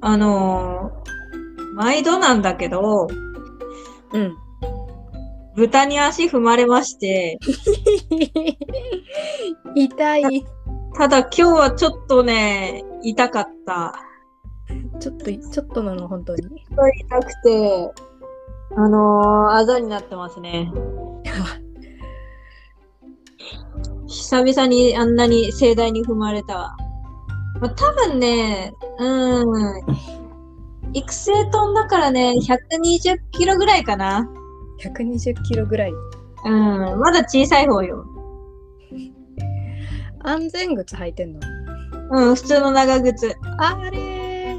あのー毎度なんだけど、うん。豚に足踏まれまして、 痛い。ただ今日はちょっとね、痛かった。ちょっと、ちょっとなの、本当に。痛くて、あのーあざになってますね。久々にあんなに盛大に踏まれたわ。まあ、多分ね、うん。育成トンだからね、120キロぐらいかな。 120キロぐらい。うん、まだ小さい方よ。安全靴履いてんの。うん、普通の長靴。あれー。 や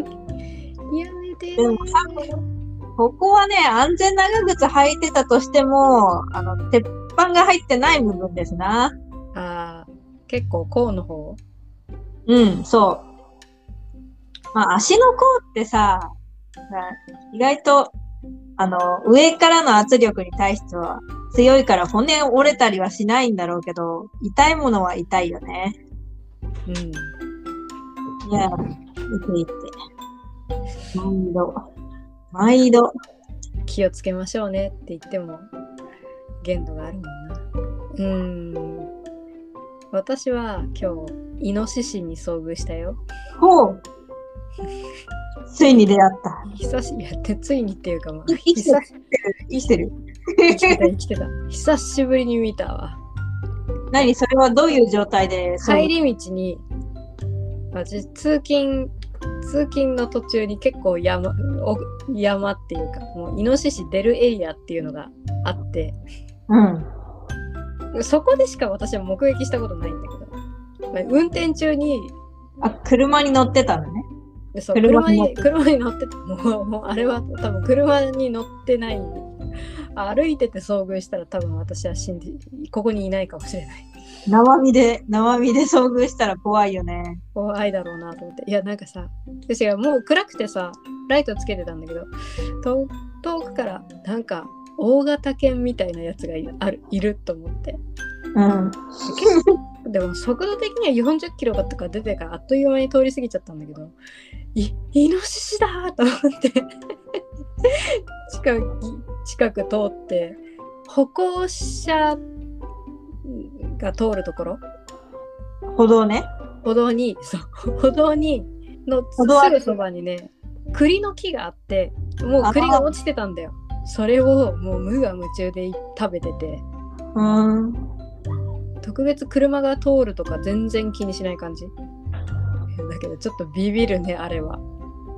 めてでもー。ここはね、安全長靴履いてたとしても、あの、鉄板が入ってない部分ですな。あー結構、甲の方。うん、そう。まあ、足の甲ってさ、な意外と、あの、上からの圧力に対しては強いから骨折れたりはしないんだろうけど、痛いものは痛いよね。うん。いや、痛いって。毎度。毎度。気をつけましょうねって言っても限度があるもんなうーん私は今日イノシシに遭遇したよほう。ついに出会った。久しやってついにっていうかまあ 生きて久るし生きてる。生きてた生きてた久しぶりに見たわ 何それはどういう状態でそう帰り道に私通勤通勤の途中に結構山お山っていうかもうイノシシ出るエリアっていうのがあってうん。そこでしか私は目撃したことないんだけどまあ運転中にあ、車に乗ってたのね。でそう車車に乗っに車に乗っててもうもうあれは多分車に乗ってない歩いてて遭遇したら多分私は死んでここにいないかもしれない生身で、生身で遭遇したら怖いよね。怖いだろうなと思っていやなんかさ私がもう暗くてさライトつけてたんだけど遠遠くからなんか大型犬みたいなやつがいあるいると思ってうん。結構でも速度的には40キロとか出てからあっという間に通り過ぎちゃったんだけどいイノシシだーと思って 近く近く通って歩行者が通るところ歩道ね。歩道にそう歩道にのす歩道あるぐそばにね栗の木があってもう栗が落ちてたんだよそれをもう無我夢中で食べててうーん。特別車が通るとか全然気にしない感じだけどちょっとビビるねあれは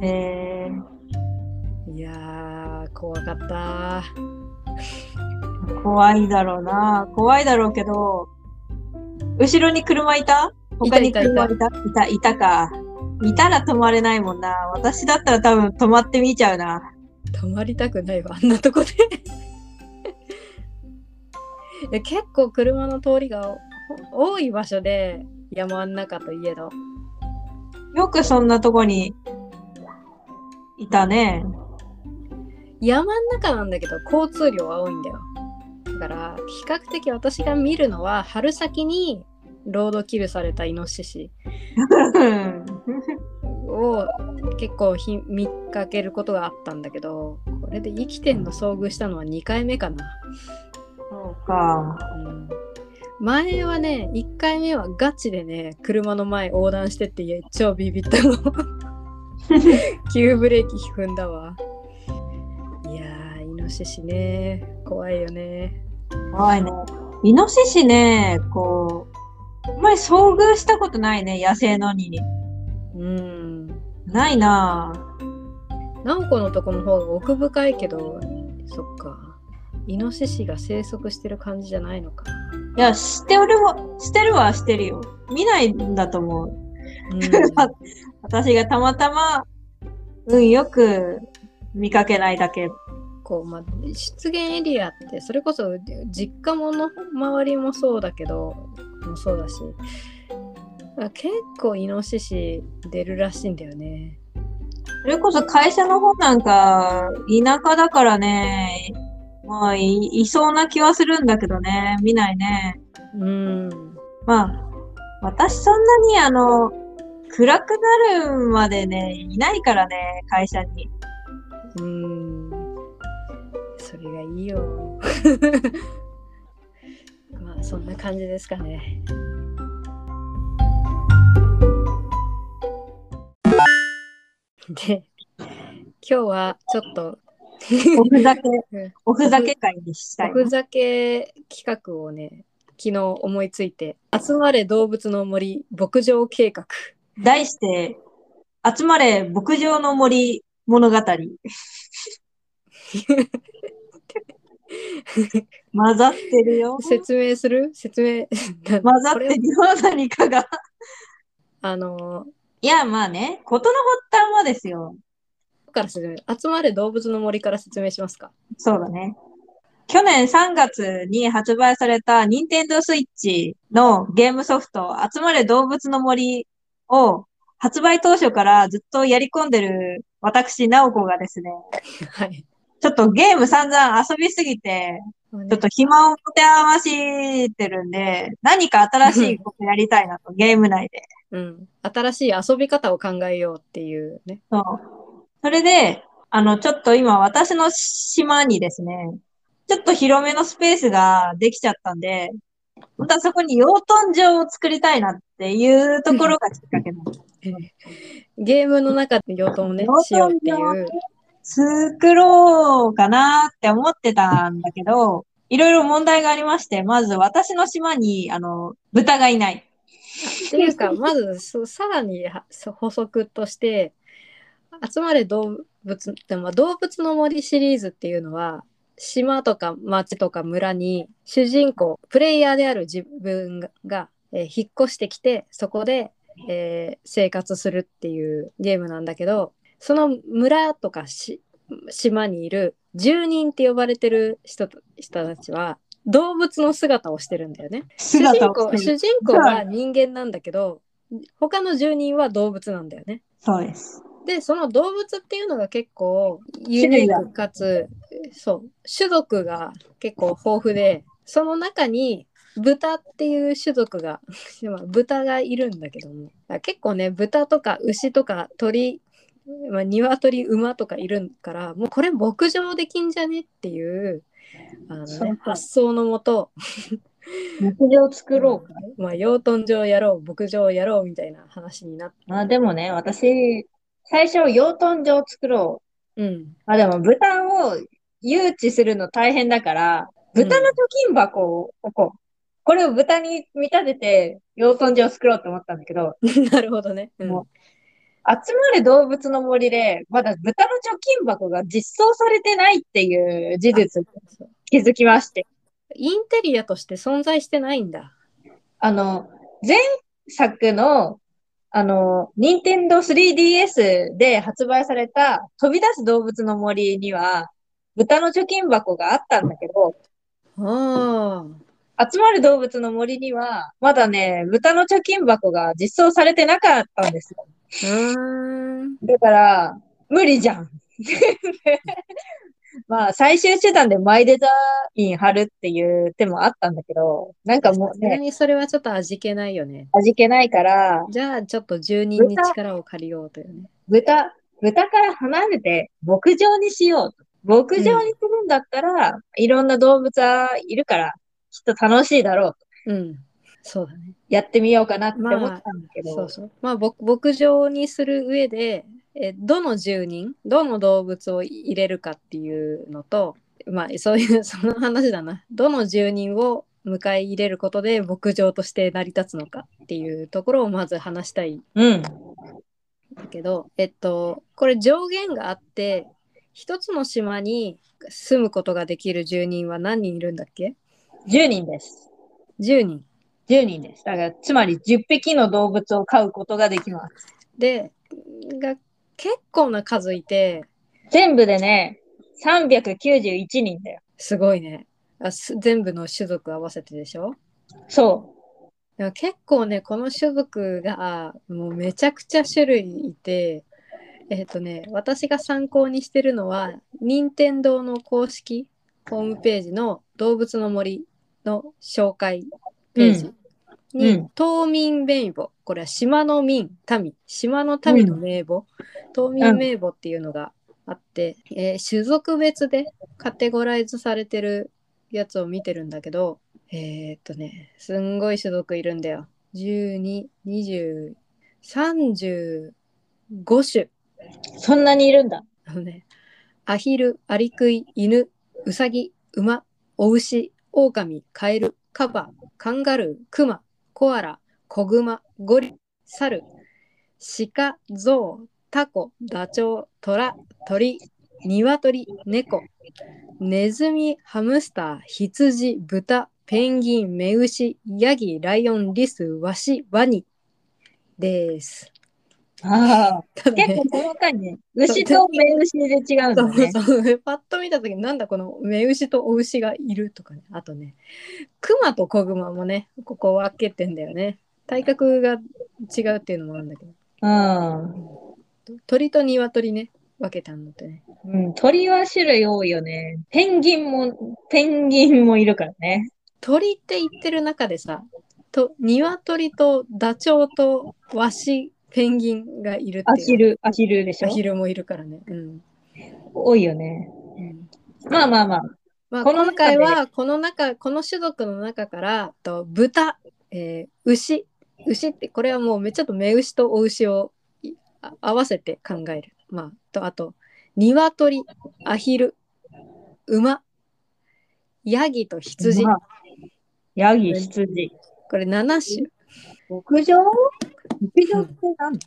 えー、いやー怖かった怖いだろうな。怖いだろうけど、後ろに車いた他にいたいた車いたいたいたか。いたら止まれないもんな。私だったら多分止まってみちゃうな。止まりたくないわあんなとこで え結構車の通りがお多い場所で山ん中といえどよくそんなとこにいたね。山ん中なんだけど交通量は多いんだよだから比較的私が見るのは春先にロードキルされたイノシシうんを結構ひ見かけることがあったんだけどこれで生きてんの遭遇したのは2回目かな、そうか。うん、前はね1回目はガチでね車の前横断してって言え超ビビったの急ブレーキ踏んだわいやーイノシシね怖いよね怖いね。イノシシね、こう、あんまり遭遇したことないね、野生のに。うんないなぁ。直子のとこの方が奥深いけどそっかイノシシが生息してる感じじゃないのかいや、知ってるわ、してるはしてるよ。見ないんだと思う。うん私がたまたま、運よく見かけないだけ。こう、まあ、出現エリアってそれこそ実家もの周りもそうだけどもそうだしあ結構イノシシ出るらしいんだよねそれこそ会社の方なんか、田舎だからね、まあい、いそうな気はするんだけどね、見ないね。うんまあ、私そんなにあの、暗くなるまでね、いないからね、会社に。うーんそれがいいよ まあそんな感じですかねで今日はちょっとおふざけうん、おふざけ会にしたいお。ふざけ企画をね昨日思いついて「集まれ動物の森牧場計画題して、集まれ牧場の森 物語。混ざってるよ」。説明する説明 混ざってるよ、何かが。あのいや、まあね、ことの発端はですよ。から説明集まれ動物の森から説明しますかそうだね。去年3月に発売された任天堂スイッチのゲームソフト、集まれ動物の森を発売当初からずっとやり込んでる私、なおこがですね、はい。ちょっとゲーム散々遊びすぎて、ちょっと暇を持て余してるんで、何か新しいことやりたいなと、ゲーム内で。うん、新しい遊び方を考えようっていうね。そう。それで、あの、ちょっと今私の島にですね、ちょっと広めのスペースができちゃったんで、またそこに養豚場を作りたいなっていうところがきっかけなの。ゲームの中で養豚をね養、しようっ豚てい場う。作ろうかなって思ってたんだけど、いろいろ問題がありまして、まず私の島に、あの、豚がいない。 っていうか、まずそさらにはそ補足として、集まれ動物って、まあ、動物の森シリーズっていうのは、島とか町とか村に主人公、プレイヤーである自分が、えー引っ越してきて、そこで、えー生活するっていうゲームなんだけど、その村とかし島にいる住人って呼ばれてる人と人たちは動物の姿をしてるんだよね。主人姿を公作る。主人公は人間なんだけど他の住人は動物なんだよね。そうです。でその動物っていうのが結構ユニークかつそう種族が結構豊富でその中に豚っていう種族が まあ豚がいるんだけどもあ結構ね豚とか牛とか鳥、まあ、鶏馬とかいるからもうこれ牧場できんじゃねっていうあの、そうね、発想のもと牧場作ろうか。まあ、養豚場やろう牧場やろうみたいな話になって、まあでもね、私、最初養豚場作ろうんう。まあでも豚を誘致するの大変だから、豚の貯金箱を置こう。これを豚に見立てて養豚場作ろうと思ったんだけど、なるほどね、うんも集まる動物の森で、まだ豚の貯金箱が実装されてないっていう事実にそう気づきまして。インテリアとして存在してないんだあの、前作の、あの、任天堂 3DS で発売された飛び出す動物の森には、豚の貯金箱があったんだけど、ああ集まる動物の森には、まだね、豚の貯金箱が実装されてなかったんですよ。うーんだから、無理じゃん。 まあ、最終手段でマイデザイン貼るっていう手もあったんだけど、なんかもさうすがね、にそれはちょっと味気ないよね味気ないから、じゃあちょっと住人に力を借りようというね豚、豚から離れて牧場にしようと。牧場にするんだったら、いろんな動物はいるから、きっと楽しいだろうと。うんそうだねやってみようかなってまあ思ったんだけど、そうそうまあぼ牧場にする上でえどの住人どの動物を入れるかっていうのとまあそういう その話だなどの住人を迎え入れることで牧場として成り立つのかっていうところをまず話したいんうん。だけどえっとこれ上限があって一つの島に住むことができる住人は何人いるんだっけ10人です。 10人10人です。だから、つまり10匹の動物を飼うことができます。でが結構な数いて全部でね、391人だよ。すごいねあす全部の種族合わせてでしょそだから結構ねこの種族がもうめちゃくちゃ種類いてえっ、とね私が参考にしてるのは任天堂の公式ホームページの「動物の森」の紹介ページに、うん島民名簿これは島の民民島の民の名簿、島民名簿っていうのがあって、えー種族別でカテゴライズされてるやつを見てるんだけどえーっとねすんごい種族いるんだよ122035種そんなにいるんだ。あのねアヒルアリクイ犬ウサギ馬お牛オオカミカエルカバカンガルークマコアラコグマゴリサルシカゾウタコダチョウトラ鳥ニワトリ猫ネズミハムスター羊豚ペンギンメウシヤギライオンリスワシワニです。ああただね結構細かいね。 牛と目牛で違うんだそうね。そう。 パッと見たときに、なんだこの目牛とお牛がいるとかね。あとね、クマと子グマもね、ここ分けてんだよね。体格が違うっていうのもあるんだけうん。ど。鳥と鶏ね、分けたんだってね。うん、鳥は種類多いよね。ペンギンも、ペンギンもいるからね。鳥って言ってる中でさ、と鶏とダチョウとワシ、ペンギンがいるアっていヒう。ル、アヒルでしアょヒルもいるからね。うん。多いよね。うんまあまあまあ。まあ、この今中で回はこの中この種族の中からと豚、えー牛牛ってこれはもうめちょっと目牛とお牛をいあ合わせて考える、まあ、とあと鶏アヒル馬ヤギと羊まあヤギ、羊。これ7種牧場牧場って 何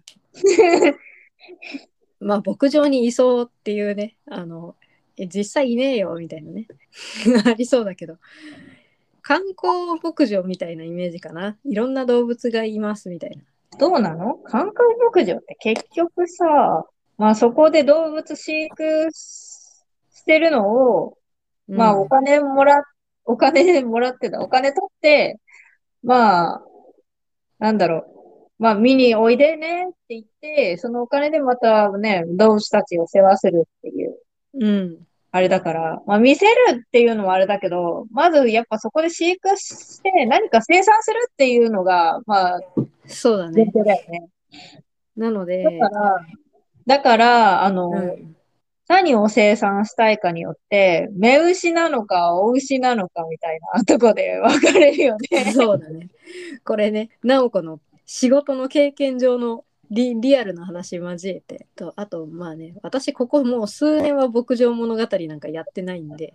まあ牧場にいそうっていうねあのえ実際いねえよみたいなね ありそうだけど観光牧場みたいなイメージかないろんな動物がいますみたいな。どうなの観光牧場って結局さ、まあそこで動物飼育ししてるのを、まあうんお金もら、お金もらってた、お金取って、まあ、なんだろう、まあ見においでねって言って、そのお金でまたね、動物たちを世話するっていう、うん、あれだから、まあ見せるっていうのもあれだけど、まずやっぱそこで飼育して何か生産するっていうのが、まあそうだ前ね。提だよね。なので、だから、だから、あの、うん、何を生産したいかによって、目牛なのか、お牛なのかみたいなとこで分かれるよね。 そうだね。これね、なおこの仕事の経験上のリリアルな話交えてと、あとまあね、私ここもう数年は牧場物語なんかやってないんで、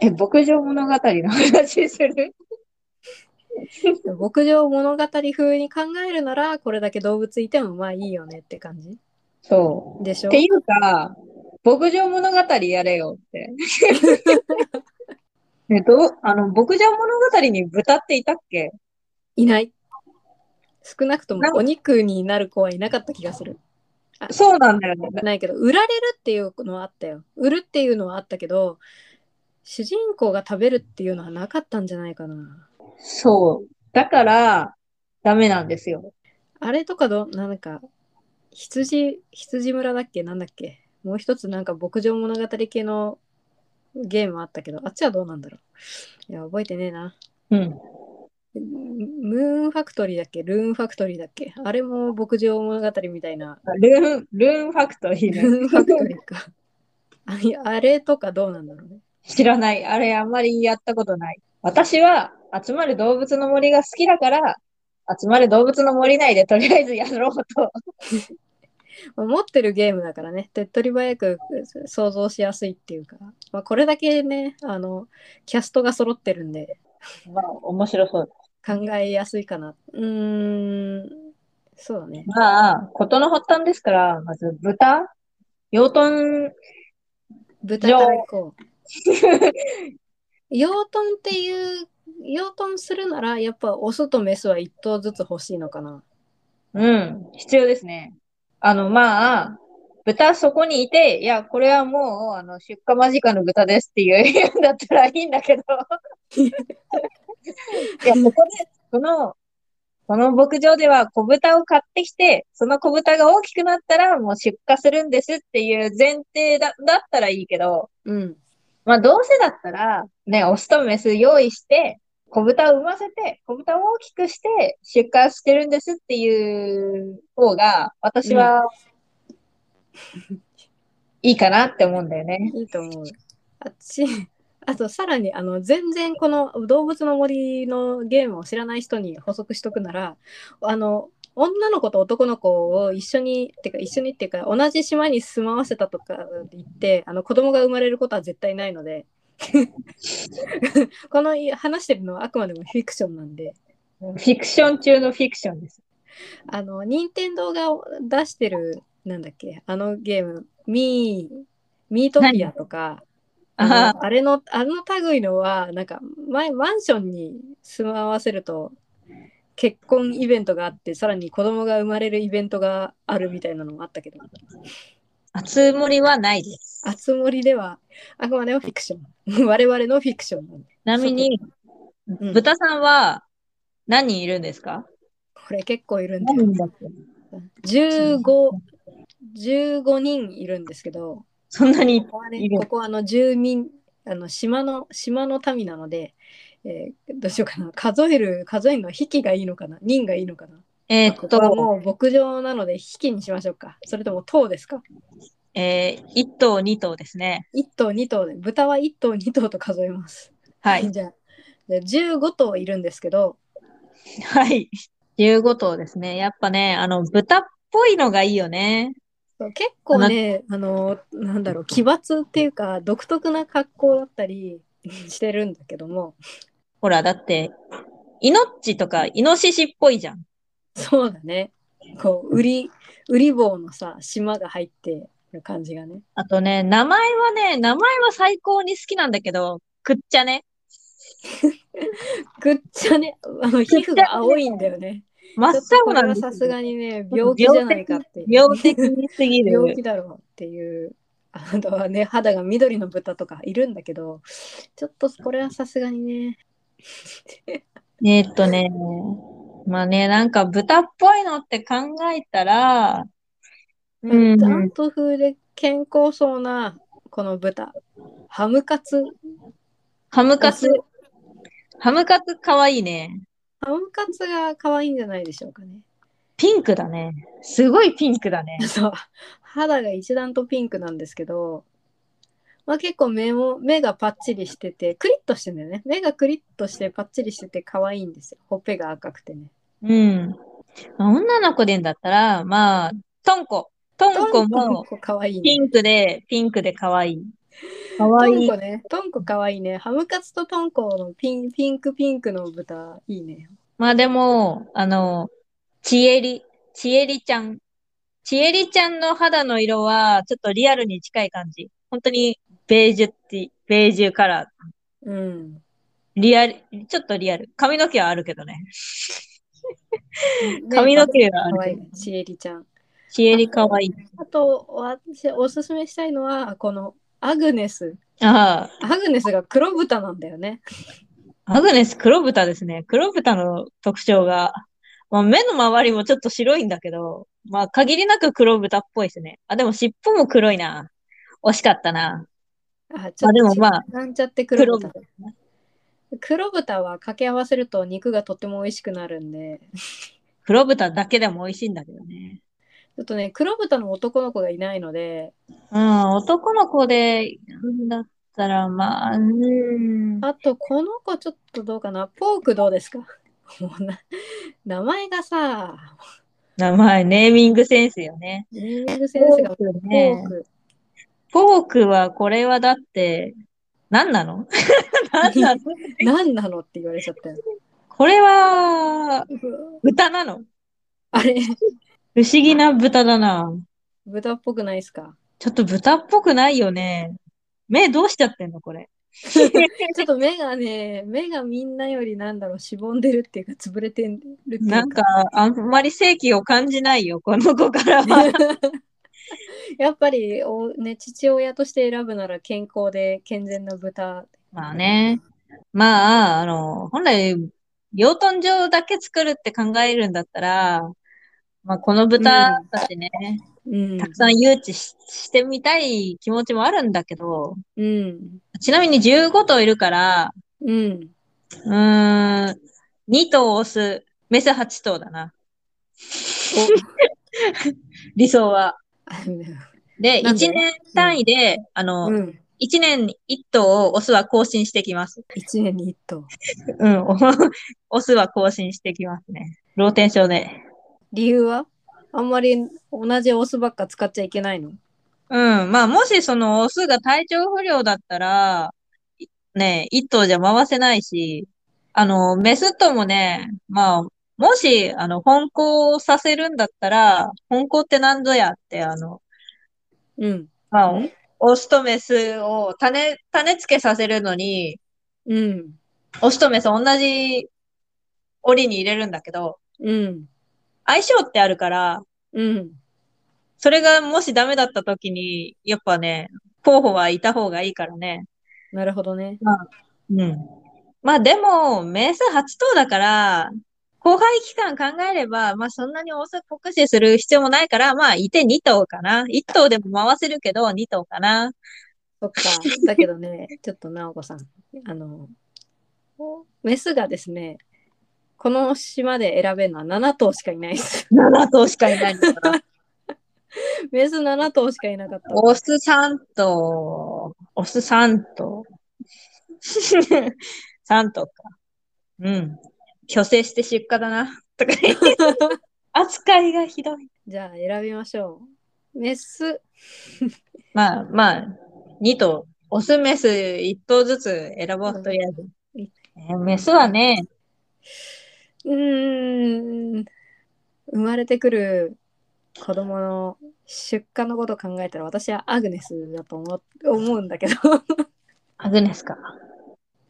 え、牧場物語の話する牧場物語風に考えるなら、これだけ動物いてもまあいいよねって感じそでしう。っょていうか、牧場物語やれよ って。えっと、あの、牧場物語に豚っていたっけいない。少なくともなんかお肉になる子はいなかった気がする。そうなんだよね。ないけど売られるっていうのはあったよ売るっていうのはあったけど主人公が食べるっていうのはなかったんじゃないかなそう。だから、ダメなんですよ。あれとかどなんか羊羊村だっけなんだっけもう一つなんか牧場物語系のゲームあったけどあっちはどうなんだろういや覚えてねえなうん。ムムーンファクトリーだっけルーンファクトリーだっけあれも牧場物語みたいなルーン、ルーンファクトリールねーンファクトリーかあいやあれとかどうなんだろうね知らない。あれ、あんまりやったことない。私は、集まる動物の森が好きだから、集まる動物の森内でとりあえずやろうと。まあ持ってるゲームだからね手っ取り早く想像しやすいっていうか、まあ、これだけねあのキャストが揃ってるんで まあ、面白そう。考えやすいかなうーんそうだねまあ、ことの発端ですから、まず豚、養豚、豚からいこう養豚っていう養豚するならやっぱオスとメスは1頭ずつ欲しいのかなうん、必要ですね。あの、まあ、豚そこにいて、いや、これはもう、あの、出荷間近の豚ですっていうんだったらいいんだけど。いや、ここで、この、この牧場では小豚を買ってきて、その小豚が大きくなったらもう出荷するんですっていう前提だ、だったらいいけど、うんまあ、どうせだったら、ね、オスとメス用意して、小豚を産ませて、小豚を大きくして出荷してるんですっていう方が、私は、いいかなって思うんだよね。いいと思う。あっち、 あとさらにあの全然この動物の森のゲームを知らない人に補足しとくなら、あの女の子と男の子を一緒にってか一緒にっていうか同じ島に住まわせたとか言ってあの子供が生まれることは絶対ないので このい話してるのはあくまでもフィクションなんでフィクション中のフィクションです。あの任天堂が出してるなんだっけあのゲームミーミートピアとかあのああれのあの類のはなんか前マンションに住まわせると結婚イベントがあってさらに子供が生まれるイベントがあるみたいなのもあったけどあつ森はないです。あつ森ではあくまでもフィクション 我々のフィクションなんでちなみに、うん豚さんは何人いるんですかこれ結構いるんでだっけ1515人いるんですけどそんなにここはうんねここはあの住民あの島の島の民なので、えーどうしようかな数える数えるのは引きがいいのかな人がいいのかなえーこっ、ことはもう牧場なので引きにしましょうか。それとも頭ですかえー、1頭、2頭ですね。 ?1 頭2頭で、豚は1頭2頭と数えます。はい。じゃあ、で15頭いるんですけど、はい。15頭ですね。やっぱね、あの、豚っぽいのがいいよね。そう結構ね、あの、なんだろう、奇抜っていうか、独特な格好だったり してるんだけども、ほら、だって、イノッチとかイノシシっぽいじゃん。そうだね。こう、売り、売り棒のさ、島が入ってる感じがね。あとね、名前はね、名前は最高に好きなんだけど、くっちゃね。ぐっちゃね、あの、皮膚が青いんだよね。真ちょっっと青こなれんはですよさすがにね、病気じゃないかって。病的にすぎる。病気だろうっていうあとはね肌が緑の豚とかいるんだけどちょっとこれはさすがにねえーっとね、まあね、なんか豚っぽいのって考えたら、うんちゃんと風で健康そうなこの豚ハムカツハムカツ、ハムカツかわいいね。ハムカツが可愛いんじゃないでしょうかねピンクだね。すごいピンクだね。そう肌が一段とピンクなんですけど、まあ、結構目も目がパッチリしててクリッとしてんだよね目がクリッとしてパッチリしてて可愛いんですよほっぺが赤くてねうん。まあ女の子でんだったら、まあ、トンコ。トンコもこ可愛いねピンクで、ピンクでかわいい。かわトいンいコ。ね。トンコかわいいね。ハムカツとトンコのピンピンクピンクの豚、いいね。まあでも、あの、ちえり、ちえりちゃん。ちえりちゃんの肌の色は、ちょっとリアルに近い感じ。本当に、ベージュって、ベージュカラー。うん。リアル、ちょっとリアル。髪の毛はあるけどね。髪の毛はあかるわけいいど。ね。ちえりちゃん。ちえりかわいい。あと、私、おすすめしたいのは、このアグネス。あアグネスが黒豚なんだよね。あ、アグネス黒豚ですね。黒豚の特徴が、まあ、目の周りもちょっと白いんだけど、まあ限りなく黒豚っぽいですね。あ、でも尻尾も黒いな。惜しかったな。あ、ちまあでもまあ、なんちゃって黒豚。黒豚は掛け合わせると肉がとっても美味しくなるんで、黒豚だけでも美味しいんだけどね。ちょっとね、黒豚の男の子がいないので、うん、男の子で、だったら、まあ、うん。あと、この子ちょっとどうかなポークどうですか もうな名前がさ、名前、ネーミングセンスよね。ネーミングセンスがポークポねーク。ポークは、これはだって、何な の何なの何なのって言われちゃったよ。これは、豚なのあれ、不思議な豚だな。豚っぽくないですかちょっと豚っぽくないよね。目どうしちゃってんのこれ。ちょっと目がね、目がみんなよりなんだろう、しぼんでるっていうか、潰れてるっていなんうかか。、あんまり正気を感じないよ、この子から は。やっぱりお、ね、父親として選ぶなら健康で健全な豚。まあね。まあ、あの、本来、養豚場だけ作るって考えるんだったら、まあ、この豚たちね、うんた。くさん誘致ししてみたい気持ちもあるんだけど、うん。ちなみに15頭いるから、 うん。うーん。2頭オス、メス8頭だな。理想は。あうんで、1なんで年単位で、あの、うん。 1年に1頭をオスは更新してきます。一年に一頭。うん。 オスは更新してきますね。ローテンションで。理由はあんまり同じオスばっか使っちゃいけないのうん。まあ、もしそのオスが体調不良だったら、いね、一頭じゃ回せないし、あの、メスともね、まあ、もし、あの、奔行させるんだったら、奔行って何ぞやって、あの、うん。まあうん、オスとメスを種、種付けさせるのに、うん。オスとメス同じ檻に入れるんだけど、うん。相性ってあるから、うん。それがもしダメだった時に、やっぱね、候補はいた方がいいからね。なるほどね。うん。まあでも、メス8頭だから、交配期間考えれば、まあそんなに大阪酷使する必要もないから、まあいて2頭かな。1頭でも回せるけど、2頭かな。そ っか。だけどね、ちょっと直子さん、あの、メスがですね、この島で選べるのは7頭しかいないです。 7頭しかいないんだから。メス7頭しかいなかった。 オス3頭、オス3頭。3頭か。うん。虚勢して出荷だな。とか言って扱いがひどい。じゃあ選びましょう。メス、まあまあ、2頭、オス、メス1頭ずつ選ぼう、とりあえず。うんえーメスはね、うーん、生まれてくる子供の出荷のことを考えたら私はアグネスだと思う思うんだけど、 アグネスか。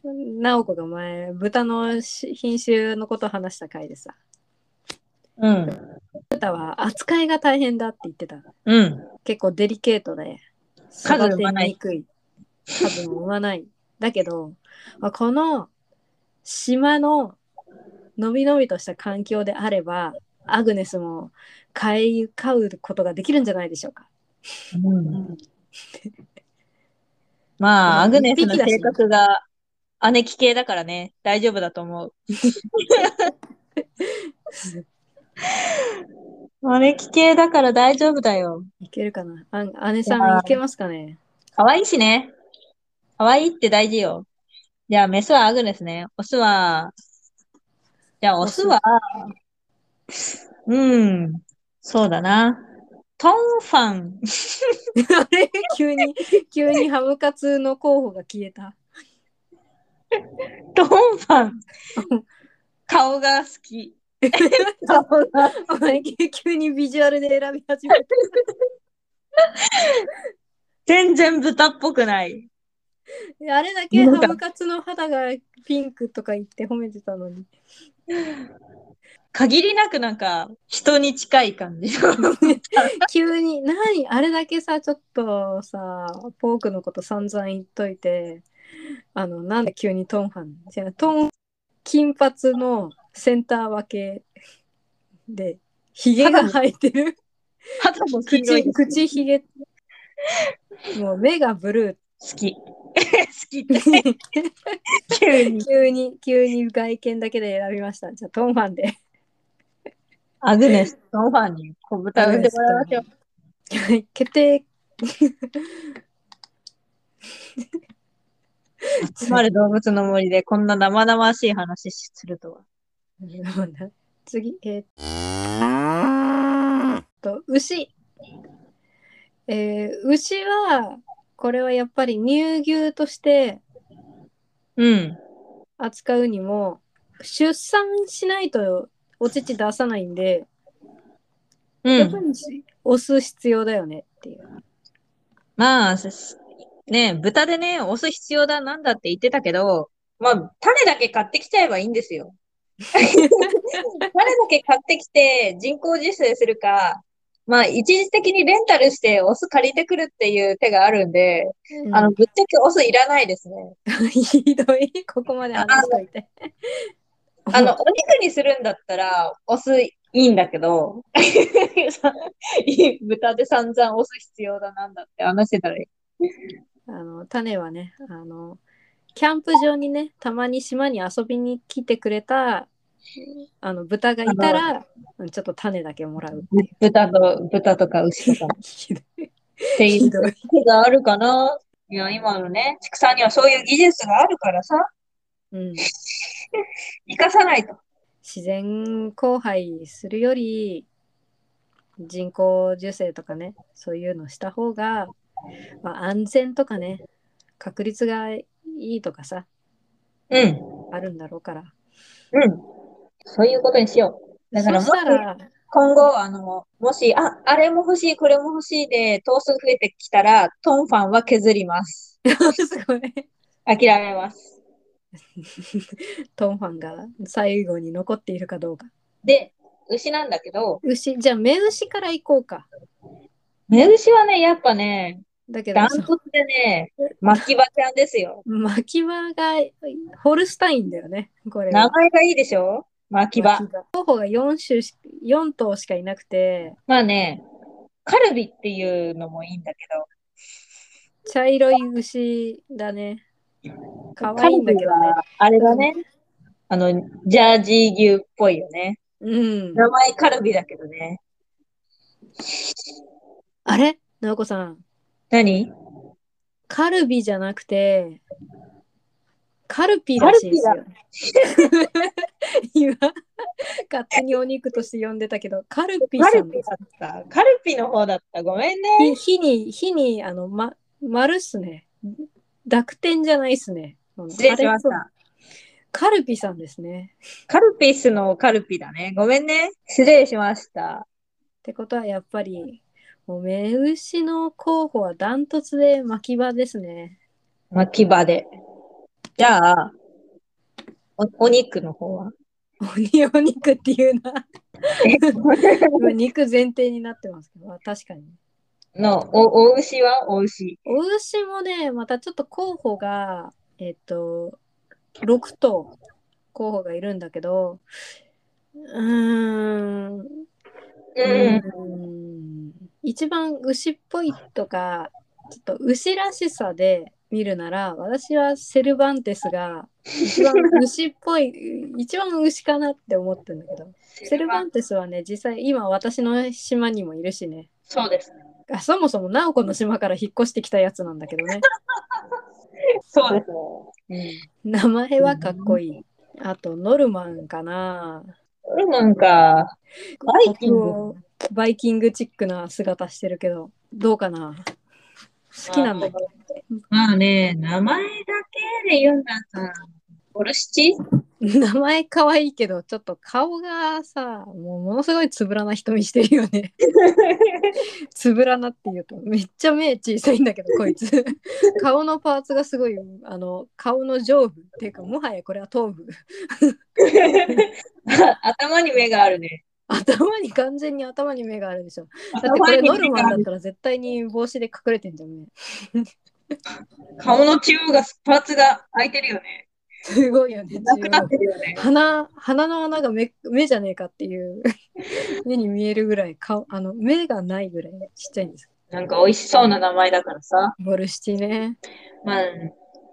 ナオコが前、豚のし品種のことを話した回でさ、うん。豚は扱いが大変だって言ってた。うん。結構デリケートで数育産てまないにくい数も産まないだけど、まあ、この島ののびのびとした環境であればアグネスも買い買うことができるんじゃないでしょうかうん、まあ、アうんグネスの一匹だし性格が姉貴系だからね、大丈夫だと思う。姉貴系だから大丈夫だよ。いけるかなあ姉さんいけますかね 可愛いしね。可愛いって大事よ。じゃあ、メスはアグネスね。オスは、じゃあ、オスは、うん、そうだな。トンファン。 あれ急に急にハムカツの候補が消えたトンファン。顔が好き。 顔がお前急にビジュアルで選び始めた全然豚っぽくない。あれだけなハんかムカツの肌がピンクとか言って褒めてたのに限りなくなんか人に近い感 じ。 急に何あれだけさちょっとさポークのこと散々言っといてあのなんで急にトンファンじゃあトン金髪のセンター分けでひげが生えてる肌も黄色い 口口ひげもう目がブル好き。 好きってー 急 に。急に急に外見だけで選びましたじゃあトンファンでアグネス、トンファンに小豚産んでもらいましょう。決定集まる動物の森でこんな生々しい話するとは。次、えーっと、牛。えー牛は、これはやっぱり乳牛としてうん。扱うにも、出産しないとお乳出さないんで、うやっぱん。りオス必要だよねっていう。まあ、すね豚でね、押す必要だなんだって言ってたけど、まあ、種だけ買ってきちゃえばいいんです よ。種だけ買ってきて人工授精するか、まあ、一時的にレンタルしてオス借りてくるっていう手があるんで、あの、ぶっちゃけオスいらないですね。 ひどい、ここまで話しといて。あの、お肉にするんだったら、オスいいんだけ ど、豚で散々オス必要だなんだって話してたら、あの種はねあのキャンプ場にねたまに島に遊びに来てくれたあの豚がいたらちょっと種だけもらうっていう豚と、豚とか牛 とかひどいっていうひどい手があるかな。いや、今のね、畜産にはそういう技術があるからさ、うん、生かさないと。自然交配するより人工授精とかねそういうのした方が、まあ、安全とかね確率がいいとかさうん、あるんだろうからうん。そういうことにしよう。だからもそしし、たら今後、あの、もし、あ、あれも欲しい、これも欲しいで、頭数増えてきたら、トンファンは削ります。 すごい諦めます。トンファンが最後に残っているかどうかで、牛なんだけど、牛じゃあ目牛から行こうか目牛はね、やっぱね、だけどダンそトツでね、巻き場ちゃんですよ。う巻き場がホルスタインだよねこれ名は前がいいでしょ巻き場。候補が4種し4頭しかいなくてまあね、カルビっていうのもいいんだけど、茶色い牛だね。可カ愛いルんだビけどね。は、あれだね、あの、ジャージー牛っぽいよね。うん。名前カルビだけどね。あれ直子さん、何カルビじゃなくて、カルピらしいですよ。 今、勝手にお肉として呼んでたけど、カルピカさルんビですだ。った。カルピの方だった。ごめんね。ひ火に、火に、あの、ま、丸っすね。濁点じゃないっすね。失礼しましあれた。カルピさんですね。カルピスのカルピだね。ごめんね。失礼しました。ってことはやっぱりもう目牛の候補はダントツで巻き場ですね巻き場で。じゃあ、おお肉の方は鬼お肉っていう のは今肉前提になってますけどまあ確かにのお、お牛はお牛。お牛もねまたちょっと候補がえっと6頭候補がいるんだけどうーんうん。うん一番牛っぽいとかちょっと牛らしさで見るなら私はセルバンテスが一番牛っぽい一番牛かなって思ってるんだけどセルバンテスはね実際今私の島にもいるしねそうですね。あそもそもナオコの島から引っ越してきたやつなんだけどね、そうですね。うん、名前はかっこいいあとノルマンかなうんなんか、バイキング北欧バイキングチックな姿してるけどどうかな好きなんだけどまあね、名前だけで言うんだったら、ボルシ チ名前可愛いけどちょっと顔がさもうものすごいつぶらな瞳してるよね つぶらなっていうとめっちゃ目小さいんだけどこいつ 顔のパーツがすごいあの顔の上部っていうかもはやこれは頭部頭に目があるね。頭に完全に頭に目があるでしょだってこれノルマンだったら絶対に帽子で隠れてんじゃんね顔の中央が、パーツが開いてるよね。すごいよねなくなってるよね。鼻鼻の穴が目目じゃねえかっていう目に見えるぐらい顔あの目がないぐらいちっちゃいんですなんか美味しそうな名前だからさ。ボルシチねまあ、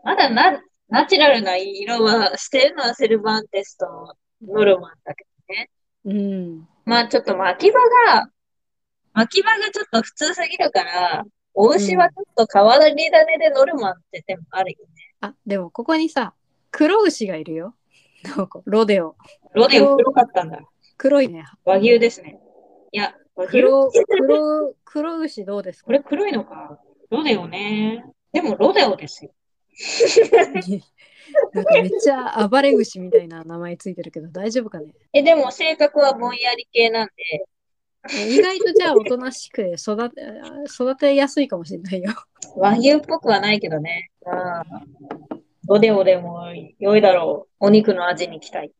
まだな、ナチュラルな色はしてるのはセルバンテスとノルマンだけどね。うんまあちょっと巻き場が、巻き場がちょっと普通すぎるから、お牛はちょっと変わり種でノルマンって手もあるよね。あでもここにさ黒牛がいるよなんかロデオロデオ黒かったんだ。黒いね和牛ですね。いや、和牛。黒黒黒牛どうですかこれ黒いのか。ロデオね。でもロデオですよ。なんかめっちゃ暴れ牛みたいな名前ついてるけど大丈夫かねえ、でも性格はぼんやり系なんで、意外とじゃあおとなしく育て育てやすいかもしれないよ和牛っぽくはないけどね。うん。ロデオでも良いだろう。お肉の味に期待。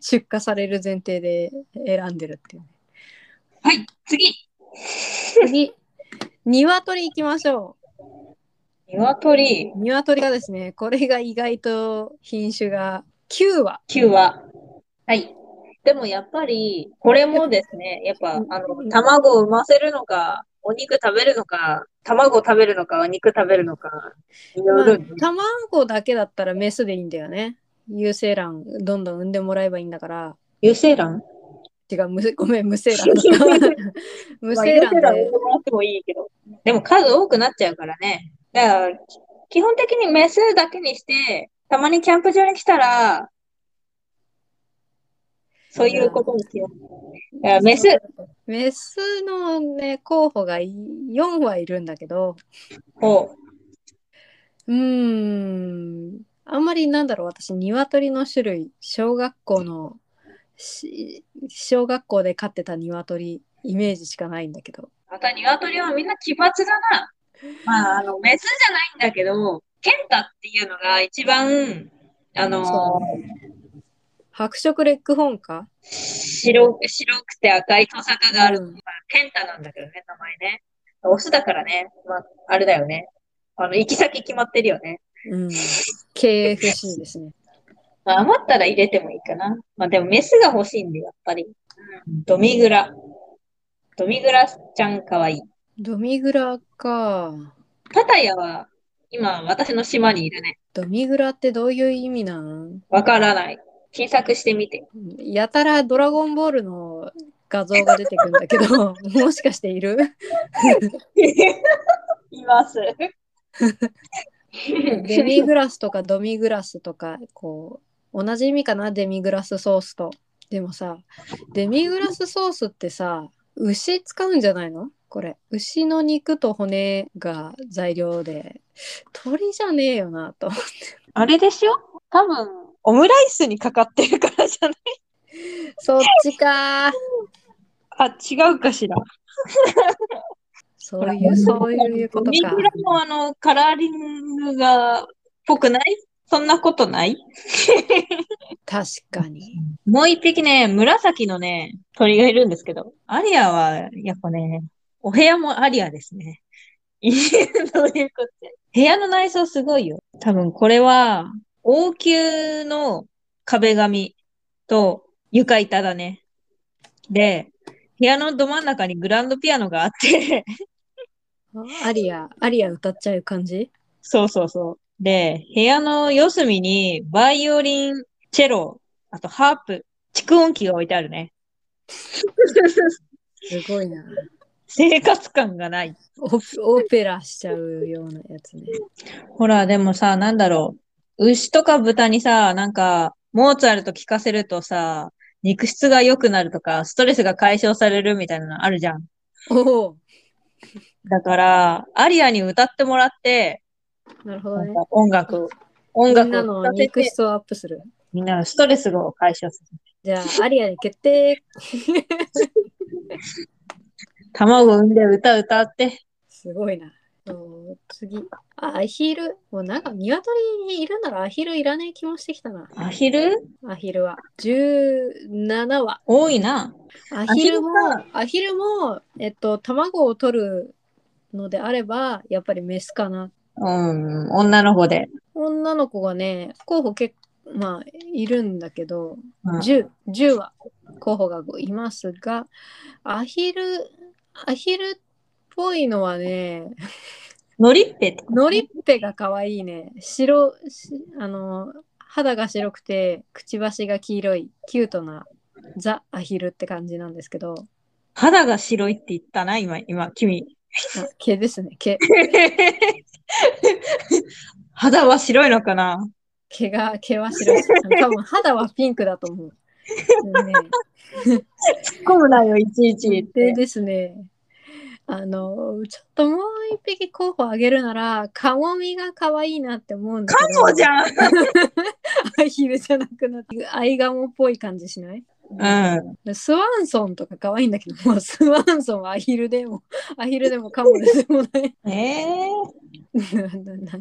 出荷される前提で選んでるっていうはい、次。次、鶏いきましょ鶏う。鶏がですね、これが意外と品種が9羽。 9は。はい。でもやっぱり、これもですね、やっぱ、あの、卵を産ませるのか、お肉食べるのか、卵食べるのか、お肉食べるのかによるんだ。まあ卵だけだったらメスでいいんだよね。有精卵どんどん産んでもらえばいいんだから。有精卵違う、む せごめん、無精 卵だった。無まあ精有精卵卵で。産んでもらってもいいけど。でも数多くなっちゃうからね。だから、基本的にメスだけにして、たまにキャンプ場に来たら、そういうことにしよう。だからメス、メスのね、候補が4はいるんだけど、をうーん、あんまりなんだろう、私、鶏の種類、小学校の、し小学校で飼ってた鶏、イメージしかないんだけど。また鶏はみんな奇抜だな。まあ、あの、メスじゃないんだけど、ケンタっていうのが一番、あのそ、白色レッグホーンか白く、白くて赤いトサカがあるうんまあケンタなんだけどね、名前ね。オスだからね、まあ、あれだよね。あの、行き先決まってるよね。うん、KFC ですね。まあ、余ったら入れてもいいかな。まあ、でもメスが欲しいんで、やっぱり。うんドミグラ。ドミグラちゃんかわいい。ドミグラか。パタヤは、今、私の島にいるね。ドミグラってどういう意味なんわからない。検索してみて。やたらドラゴンボールの画像が出てくるんだけど、もしかしている い ます。デミグラスとかドミグラスとかこう同じ意味かなデミグラスソースとでもさデミグラスソースってさ牛使うんじゃないのこれ牛の肉と骨が材料で鳥じゃねえよなとあれでしょ多分、オムライスにかかってるからじゃないそっちかあ、違うかしら。そういうそういうことドミかグラのあの、カラーリングが、ぽくないそんなことない確かに もう一匹ね、紫のね、鳥がいるんですけど、アリアは、やっぱね、お部屋もアリアです ね。いえどういうこと部屋の内装すごいよ。多分これは、王宮の壁紙と床板だね。で、部屋のど真ん中にグランドピアノがあって、アリアアリア歌っちゃう感じそうそうそう。で、部屋の四隅にバイオリン、チェロ、あとハープ、蓄音機が置いてある ね。すごいな生活感がない。オオペラしちゃうようなやつねほら、でもさ、なんだろう。牛とか豚にさ、なんか、モーツァルト聞かせるとさ、肉質が良くなるとか、ストレスが解消されるみたいなのあるじゃん。おおだから、アリアに歌ってもらって、なるほどなんねか音楽、音みん楽なをの聴かせ肉て、質をアップする。みんなのストレスを解消する。じゃあ、アリアに決定。卵産んで歌歌って。すごいな。そう次。あ、アヒル。もうなんか、鶏いるならアヒルいらない気もしてきたな。アヒルアヒルは。17話。多いな。アヒルもアヒ、アヒルも、えっと、卵を取るのであれば、やっぱりメスかな。うん、女の子で。女の子がね、候補結構、まあ、いるんだけど、うん 10, 10は候補がいますがアヒルアヒルっぽいのはねノリッペとか。ノリッペが可愛いね白しあの肌が白くてくちばしが黄色いキュートなザ・アヒルって感じなんですけど肌が白いって言ったな、今、今、君。 あ毛ですね毛肌は白いのかな毛が毛は白い多分肌はピンクだと思う。でね突っ込むなよ、いちいちでですね、あの、ちょっともう一匹候補あげるなら、カモミが可愛いなって思うんだけど。そうじゃん。アヒルじゃなくなって、アイガモっぽい感じしないうん。スワンソンとか可愛いんだけど、もうスワンソンはアヒルでも、アヒルでもカモでもない。ええなな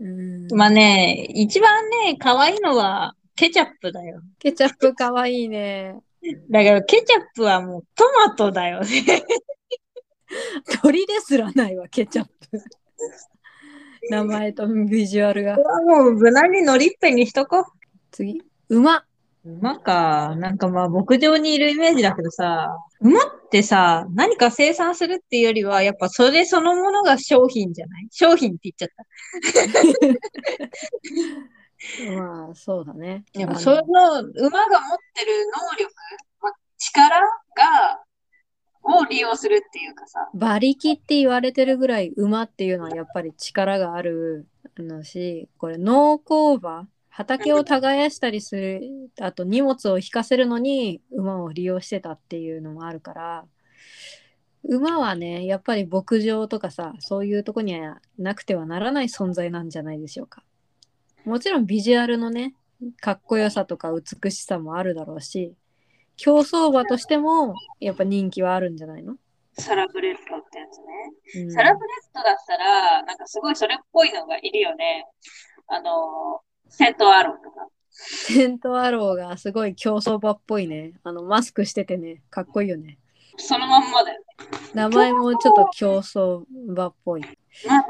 うんまあね、一番ね、可愛いのはケチャップだよ。ケチャップ可愛いね。だけど、ケチャップはもうトマトだよね。鳥ですらないわ、ケチャップ。名前とビジュアルこ。がれは もう無難にのりっぺにしとこ次、馬。馬か。なんかまあ牧場にいるイメージだけどさ、馬っってさ、何か生産するっていうよりは、やっぱそれそのものが商品じゃない商品って言っちゃった。まあ、そうだね。でもあのその馬が持ってる能力、ま、力が、を利用するっていうかさ。馬力って言われてるぐらい馬っていうのはやっぱり力があるのしこれ農耕馬畑を耕したりするあと荷物を引かせるのに馬を利用してたっていうのもあるから馬はねやっぱり牧場とかさそういうとこにはなくてはならない存在なんじゃないでしょうか。もちろんビジュアルのねかっこよさとか美しさもあるだろうし競走馬としてもやっぱ人気はあるんじゃないの、サラブレッドってやつね。うんサラブレッドだったら、なんかすごいそれっぽいのがいるよね。あの、セントアローとか。セントアローがすごい競走馬っぽいね。あのマスクしててね、かっこいいよね。そのまんまだよね。名前もちょっと競走馬っぽい。まあ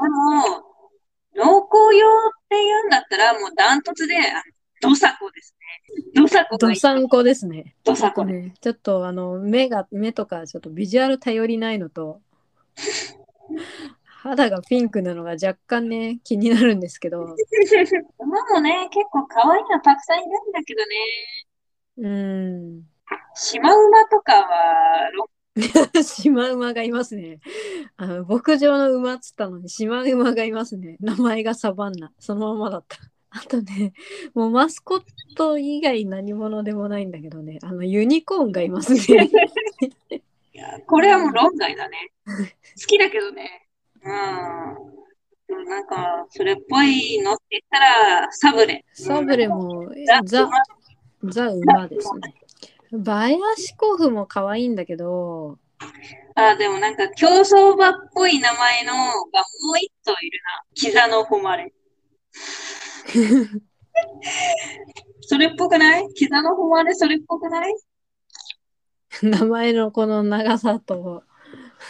でも、農耕用って言うんだったら、もうダントツで、あのドサコですね。ドサコがドいいサンコですね。ドサコね。 ねちょっとあの目が目とかちょっとビジュアル頼りないのと肌がピンクなのが若干ね気になるんですけど、馬もね、結構可愛いのたくさんいるんだけどね。うん。シマウマとかは、ろ シマウマがいますね。あの牧場の馬っつったのにシマウマがいますね。名前がサバンナ。そのままだった。 あとね、もうマスコット以外何者でもないんだけどね、あのユニコーンがいますね。これはもう論外だ ね。好きだけどね。うん。でもなんか、それっぽいのって言ったら、サブレ。サブレもザザ・ザ・馬ですね。バヤシコフも可愛いんだけど、あ、でもなんか、競走馬っぽい名前のがもう一頭いるな。キザの誉れ。それっぽくないキザの誉れそれっぽくない名前のこの長さと、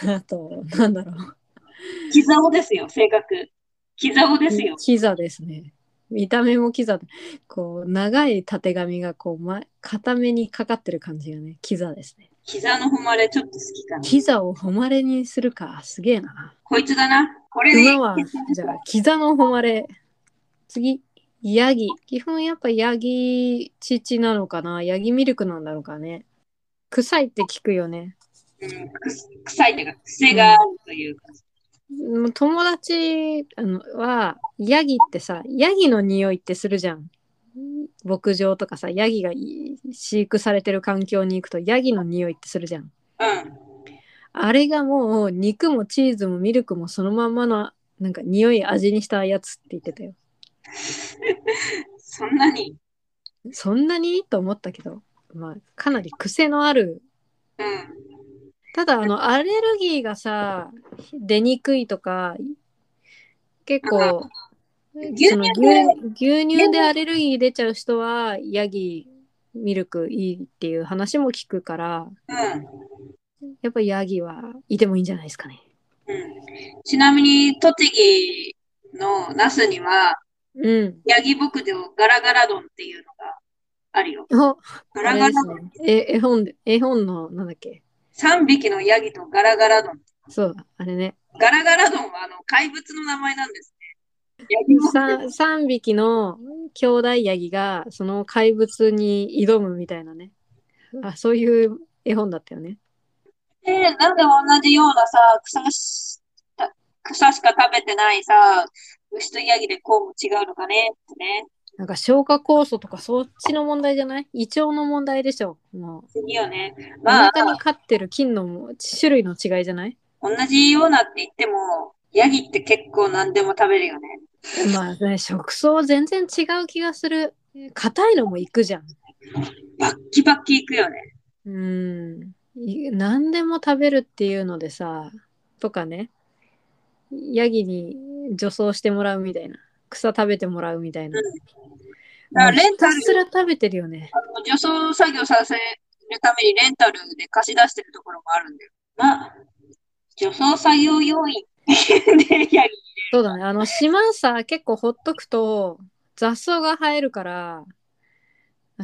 あと、なんだろう。キザオですよ、性格。キザオですよ。キザですね。見た目もキザで、こう長いたてがみがこう、ま、固めにかかってる感じがね、キザですね。キザの誉れちょっと好きかな。キザを誉れにするか、すげえな。こいつだな。これでいい馬は、じゃあ、キザの誉れ。次、ヤギ。基本やっぱヤギ乳なのかな、ヤギミルクなんだろうかね。臭いって聞くよね。うん、くす臭いというか、癖があるというか。もう友達あのはヤギってさヤギの匂いってするじゃん牧場とかさヤギがい飼育されてる環境に行くとヤギの匂いってするじゃんうん。あれがもう肉もチーズもミルクもそのまんまのなんか匂い味にしたやつって言ってたよそんなに。そんなにと思ったけどまあかなり癖のあるうん。ただあのアレルギーがさ出にくいとか結構牛乳その牛で牛乳でアレルギー出ちゃう人はヤギミルクいいっていう話も聞くからうん。やっぱヤギはいてもいいんじゃないですかね。うん、ちなみに、栃木の那須には、うん。ヤギ牧場ガラガラ丼っていうのがあるよ。おガあラれガでラす丼。ね。え絵本で絵本のなんだっけ3匹のヤギとガラガラ丼。そうだあれねガラガラ丼はあの怪物の名前なんですね。ヤギ牧場。 3, 3匹の兄弟ヤギがその怪物に挑むみたいなねあそういう絵本だったよね。で、なんで同じようなさ、草し、た草しか食べてないさ、牛とヤギでこうも違うのかねってね。なんか消化酵素とかそっちの問題じゃない胃腸の問題でしょ。もいいよね。うおまあ、腹に飼ってる菌のも種類の違いじゃない同じようなって言っても、ヤギって結構何でも食べるよね。まあね食草全然違う気がする。硬いのもいくじゃん。バッキバッキいくよね。うん。い何でも食べるっていうのでさとかねヤギに除草してもらうみたいな草食べてもらうみたいな。あもうレンひタたルすら食べてるよね。除草作業させるためにレンタルで貸し出してるところもあるんだよ。まあ、除草作業要員でヤギ。そうだね。あの、島さ、結構ほっとくと雑草が生えるから、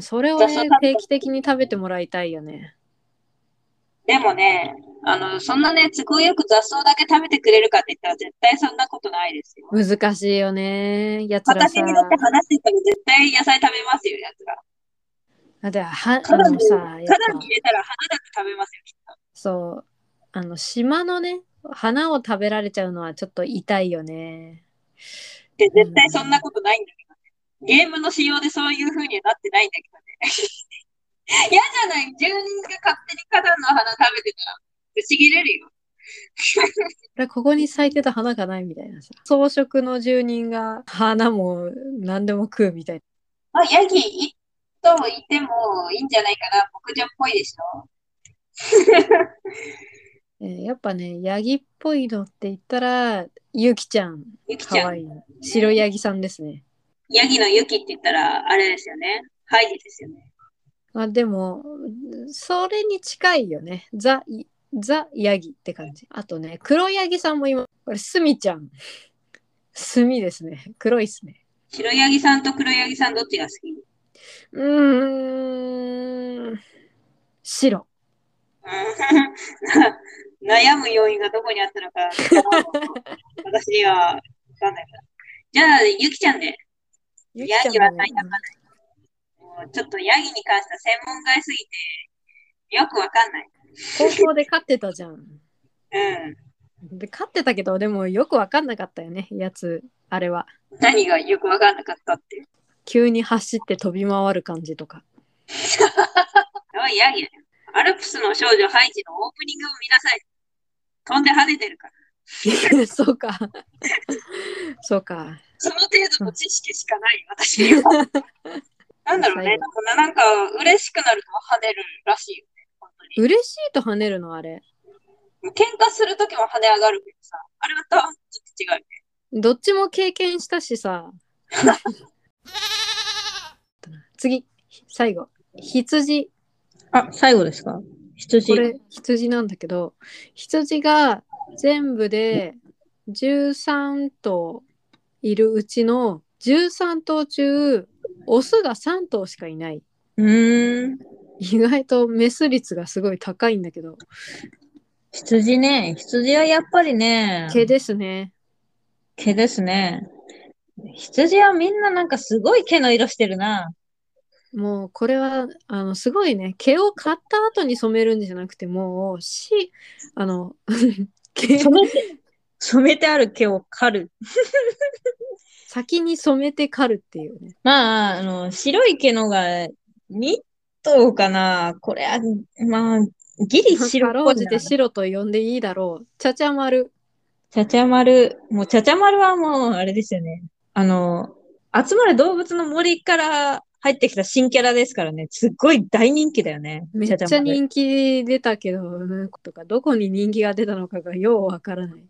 それを雑草ね食、べ定期的に食べてもらいたいよね。でもね、あの、そんなね、都合よく雑草だけ食べてくれるかって言ったら絶対そんなことないですよ。難しいよね。やつら私さ。にとって話してたら絶対野菜食べますよ、やつが。あではあ花壇のさ、や花っぱ壇に入れたら花だけ食べますよ、きっと。そう、あの島のね、花を食べられちゃうのはちょっと痛いよね。で、絶対そんなことないんだけどね。ゲームの仕様でそういう風にはなってないんだけどね。 嫌じゃない住人が勝手に花壇の花食べてたら、ぶち切れるよ。これここに咲いてた花がないみたいなさ。装飾の住人が花も何でも食うみたいな。 まあ、ヤギ一頭いてもいいんじゃないかな。牧場っぽいでしょ。 えーやっぱね、ヤギっぽいのって言ったら、ゆきちゃん、ゆきかちゃわん。いい。白ヤギさんですね。ヤギのユキって言ったら、あれですよね。ハイジですよね。まあでも、それに近いよね。ザ、ザヤギって感じ。あとね、黒ヤギさんも今、これ、スミちゃん。スミですね。黒いっすね。白ヤギさんと黒ヤギさんどっちが好きうんうーん、白。 悩む要因がどこにあったのか、 私にはわかんないから。じゃあ、ゆきちゃんで。ゆきヤギちゃはんもないもうちょっとヤギに関しては専門外すぎて、よくわかんない。高校で飼ってたじゃん。うん。で、飼ってたけど、でもよくわかんなかったよね、やつ、あれは。何がよくわかんなかったって。急に走って飛び回る感じとか。 やばい、ヤギだよ。アルプスの少女ハイジのオープニングを見なさい。飛んで跳ねてるから。そうか。そうか。その程度の知識しか ない、私には。なんだろうね。なんか、嬉しくなると跳ねるらしいよね。本当に。嬉しいと跳ねるのあれ。喧嘩するときも跳ね上がるけどさ、あれはたちょっと違うね。どっちも経験したしさ。次、最後。羊。あ、最後ですか羊。これ羊なんだけど、羊が全部で13頭いるうちの13頭中、オスが3頭しかいない。うーん。意外とメス率がすごい高いんだけど、羊ね。羊はやっぱりね、毛ですね。毛ですね。羊はみんななんかすごい毛の色してる な。もうこれはあのすごいね毛を買った後に染めるんじゃなくてもうしあの毛染めて、染めてある毛を刈る。先に染めて刈るっていうねまあ、あの、白い毛のが2頭かな。これは、まあ、ギリ白かっろぽいうじてな。白と呼んでいいだろうちゃちゃ丸ちゃちゃ丸。もう、ちゃちゃ丸はもう、あれですよね。あの、集まる動物の森から入ってきた新キャラですからね。すっごい大人気だよね。めっゃちゃ丸人気出たけどなんとかどこに人気が出たのかがようわからない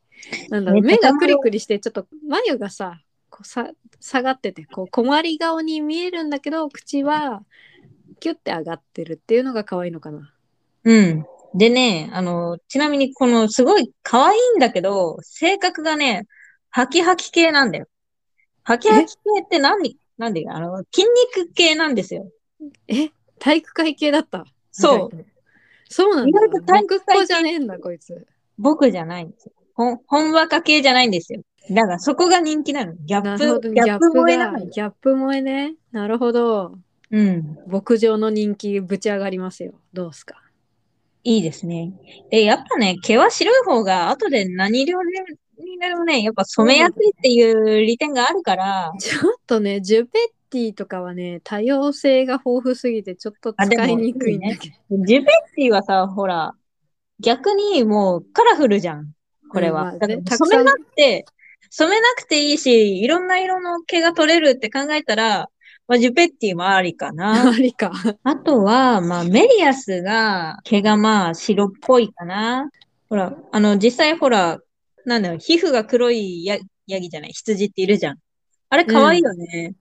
なんだろうめ目っちゃがクリクリしてちょっと眉がさこうさ下がっててこう困り顔に見えるんだけど口はキュッて上がってるっていうのが可愛いのかなうん。でね、あの、ちなみにこのすごい可愛いんだけど、性格がね、ハキハキ系なんだよ。ハキハキ系って何、なんで、あの、筋肉系なんですよ。え体育会系だったそう意外とそうなん意だ外と体体育育会系じゃねえんだこいつ僕じゃないんですよ。ほん、本若系じゃないんですよ。だからそこが人気なの。ギャなッるプ、ほどギギャッャッププ萌えながのよ。ギャップ萌えねなるほどうん。牧場の人気ぶち上がりますよどうすかいいですね。で、やっぱね、毛は白い方が後で何色にでもね、やっぱ染めやすいっていう利点があるから、ちょっとねジュペッティとかはね多様性が豊富すぎてちょっと使いにくいんだけどジュペッティはさ、ほら、逆にもうカラフルじゃん。これは。うんまあねだからたくさん染めなくて、染めなくていいし、いろんな色の毛が取れるって考えたら、まあ、ジュペッティもありか あな。りかあとは、まあ、メリアスが、毛がまあ、白っぽいかな。ほら、あの、実際ほら、なんだろう、皮膚が黒いヤヤギじゃない、羊っているじゃん。あれ可愛いよね。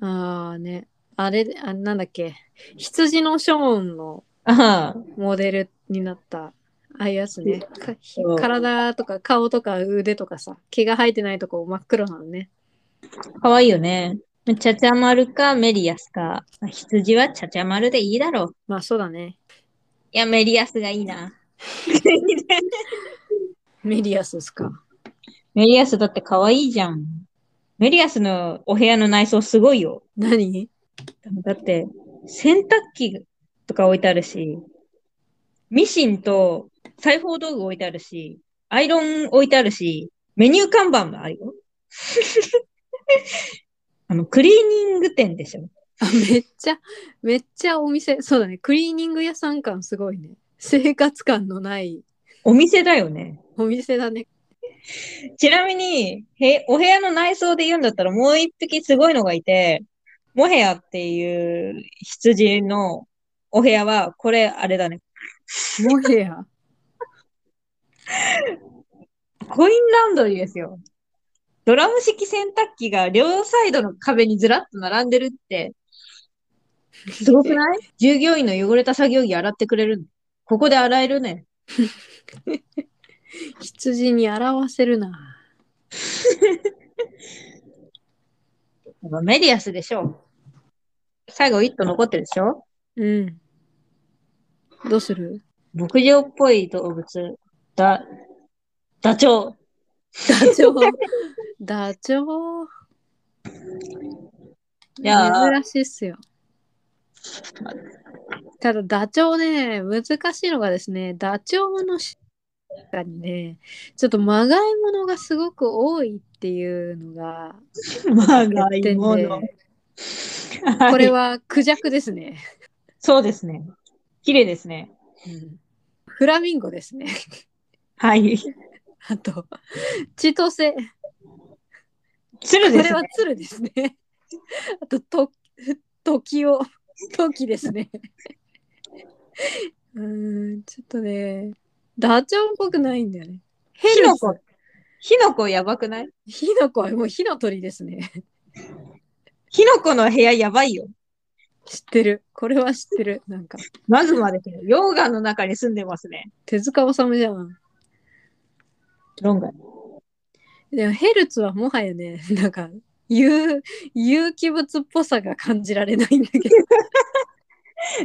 ああねあれあなんだっけ羊のショーンのああ、モデルになったああいうやつねかそう体とか顔とか腕とかさ毛が生えてないとこ真っ黒なのね可愛いよね。ちゃちゃ丸かメリアスか。まあ羊はちゃちゃ丸でいいだろう。まあそうだねいや、メリアスがいいな。メリアスですか。メリアスだって可愛いじゃん。メリアスのお部屋の内装すごいよ。何だって、洗濯機とか置いてあるし、ミシンと裁縫道具置いてあるし、アイロン置いてあるし、メニュー看板もあるよ。 あの、クリーニング店でしょ。あめっちゃめっちゃお店そうだねクリーニング屋さん感すごいね生活感のないお店だよね。お店だねちなみに、へお部屋の内装で言うんだったらもう一匹すごいのがいて、モヘアっていう羊のお部屋は、これあれだね。モヘアコインランドリーですよ。ドラム式洗濯機が両サイドの壁にずらっと並んでるって、すごく ない従業員の汚れた作業着洗ってくれるのここで洗えるね。 羊に表せるなやっぱメディアスでしょ。最後一頭残ってるでしょうんどう する牧場っぽい動物。だ、ダチョウ。ダチョウダチョウいやー珍しいっすよただダチョウね難しいのがですねダチョウの中にねちょっとまがいものがすごく多いっていうのがまが欠点でここれれは、はクジャクですね、そうですね。綺麗ですね。うんフラミンゴですね はい。あとチトセこ鶴でれすはね。鶴ですね あとと時 を時ですね うーんちょっとねダチョウっぽくないんだよねヘ火ルのス粉。火の粉やばくない火の粉はもう火の鳥ですね火の粉の部屋やばいよ。知ってるこれは知ってるなんかマグマですよ。溶岩の中に住んでますね。手塚治虫じゃん論外。でもヘルツはもはやねなんか有有機物っぽさが感じられないんだけど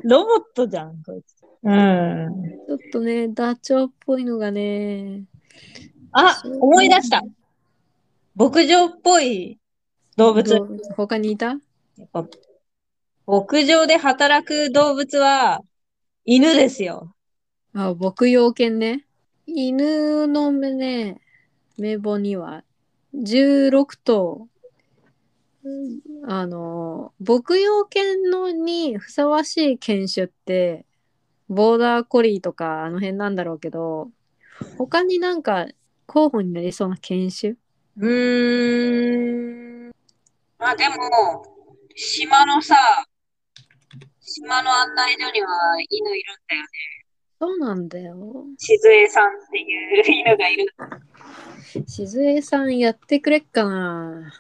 ロボットじゃん、こいつ。うん。ちょっとねダチョウっぽいのがねあ、思い出した。牧場っぽい動物。どう他にいたやっぱ牧場で働く動物は犬ですよ。あ牧羊犬ね犬の目ね名簿には16頭あの牧羊犬のにふさわしい犬種ってボーダーコリーとかあの辺なんだろうけど他になんか候補になりそうな犬種うーん。まあでも、島のさ、島の案内所には犬いるんだよね。そうなんだよしずえさんっていう犬がいるんしずえさんやってくれっかな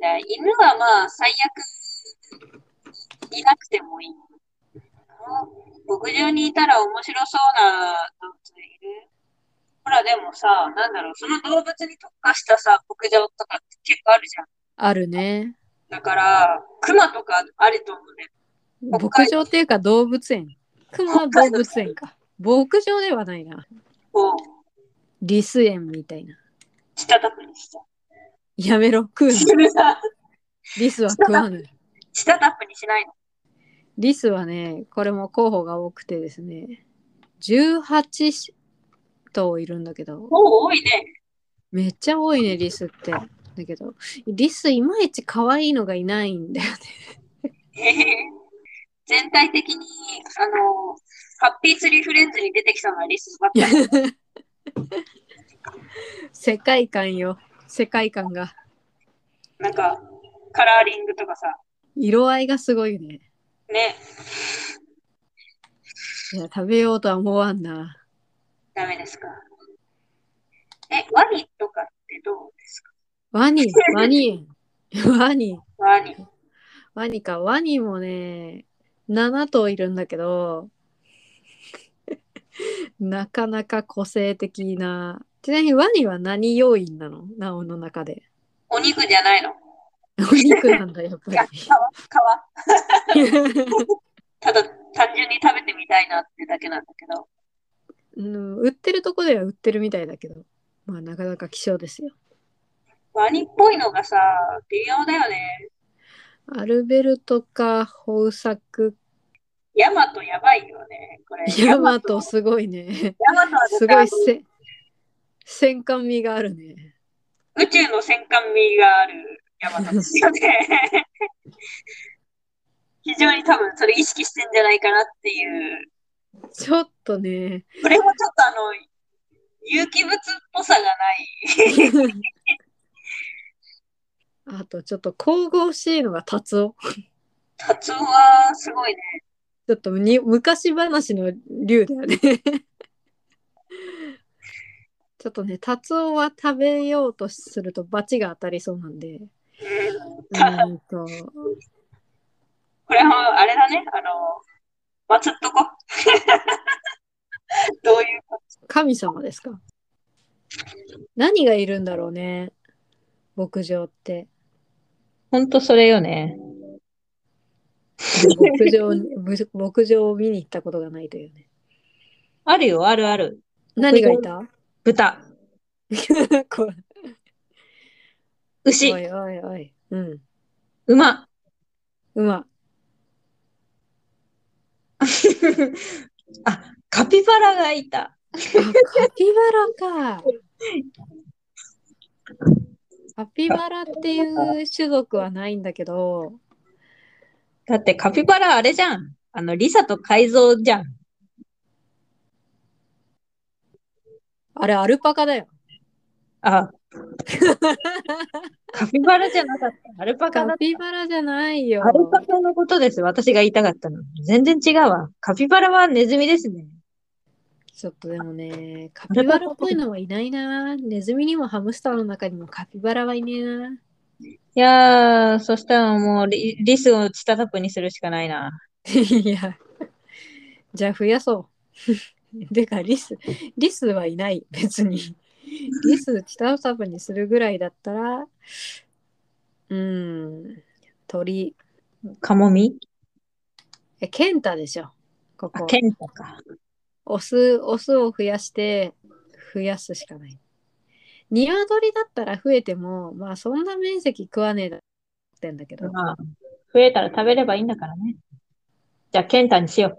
だ。犬はまあ最悪いなくてもいい。牧場にいたら面白そうな動物いる。ほらでもさ、なんだろう、その動物に特化したさ、牧場とかって結構あるじゃん。あるねだから、熊とかあると思うんだよ。牧場っていうか動物園。熊動物園か。牧場ではないな。こう、リス園みたいな。したたくにしちゃう。やめろ、食うな。リスは食わぬ。したたくにしないの。リスはね、これも候補が多くてですね、18頭いるんだけど、おお、多いね。 めっちゃ多いね、リスって。だけど、リスいまいち可愛いのがいないんだよね。へへ全体的に、あの、ハッピーツリーフレンズに出てきそうなリスばっかり。 世界観よ。世界観が。なんか、カラーリングとかさ。色合いがすごいよね。ね、いや、食べようとは思わんな。ダメですか。え、ワニとかってどうですかワニ、ワニ、ワニ、ワニ。ワニか、ワニもね、7頭いるんだけど、 なかなか個性的な。ちなみにワニは何要因なのナオの中で。 お肉じゃないの。お肉なんだ、やっいや、ぱ皮、皮。り。 ただ、単純に食べてみたいなってだだけなんだけど。うん、売ってるとこでは売ってるみたいだけど、まあなかなか希少ですよ。ワニっぽいのがさ、微妙だよね。アルベルトか、ホウサク、ヤマトやばいよね。これ。ヤマトすごいね。ヤマトはすごいせ戦艦味があるね。宇宙の戦艦味があるヤ マトですよね。非常に多分それ意識してんじゃないかなっていう。ちょっとね、これもちょっとあの、有機物っぽさがない。あとちょっと神々しいのがタツオ。タツオはすごいね。ちょっとに昔話の竜だよね。 ちょっとね、タツオは食べようとすると罰が当たりそうなんで、うーんと、これはあれだね。あの、祭っとこ。 どういうこ神様ですか何がいるんだろうね、牧場って。ほんとそれよね。牧場に牧牧場を見に行ったことがないというね。あるよ、あるある。何がいた豚、こおい牛、おいおい。うん。馬。 うま。あ、カピバラがいた。あカピ バラか。カピバラっていう種族はないんだけど、だってカピバラあれじゃん。あの、リサと改造じゃん。あれアルパカだよ。あ、カピバラじゃなかった。アルパカだカ。ピバラじゃないよア。ルパカのことです。私が言いたかったの。全然違うわ。カピバラはネズミですね。ちょっとでもね、カピバラっぽいのはいないな。ネズミにもハムスターの中にもカピバラはいねえな。いやー、そしたらもうリ、リスをチタタプにするしかないな。 いや、じゃあ増やそう。 でか、リス、リスはいない、別に。リス、チタウサブにするぐらいだったら、うん、鳥、カモミえ、ケンタでしょ、こあ、こ。ケンタか。オス、オスを増やして、増やすしかない。ニワトリだったら増えても、まあそんな面積食わねえだってんだけど、まあ、増えたら食べればいいんだからね。じゃあ、ケンタにしよ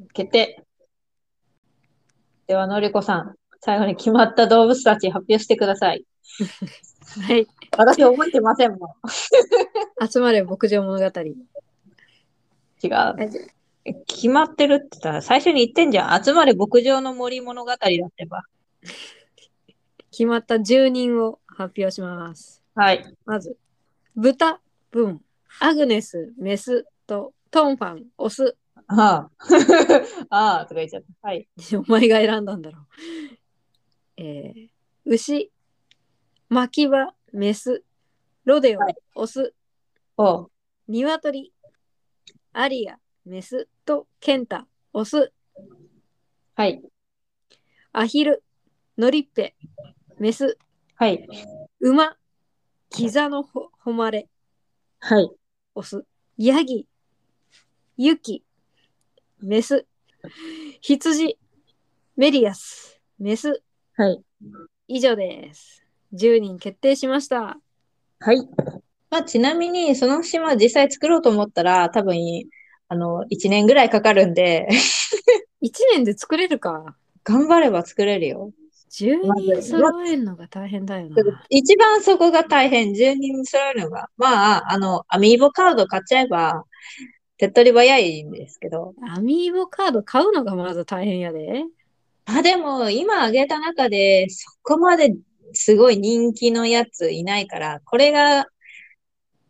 う。決定。では、のりこさん、最後に決まった動物たち発表してください。はい。私覚えてませんもん。集まれ牧場物語。違う。決まってるって言ったら、最初に言ってんじゃん。集まれ牧場の森物語だってば。決まった10人を発表します。はい。まず、豚部門、アグネス、メスとトンファン、オス。 あ あ。ああ、とか言っちゃった。はい。お前が選んだんだろう。えー、牛、巻き場、メス、ロデオ、はオス、おうニワトリ、アリア、メスとケンタ、オス、はい。アヒル、ノリッペ、メス、はい。馬、キザのほ誉れ、はい。オス、ヤギ、ユキ、メス、羊、メリアス、メス。はい。以上です。10人決定しました。はい。まあ、ちなみに、その島実際作ろうと思ったら、多分、あの、1年ぐらいかかるんで、 1年で作れるか。頑張れば作れるよ。 10まず人揃えるのが大変だよな。一番そこが大変、住人揃えるのが。まあ、あの、アミーボカード買っちゃえば、手っ取り早いんですけど。アミーボカード買うのがまず大変やで。まあ、でも、今挙げた中で、そこまですごい人気のやついないから、これが、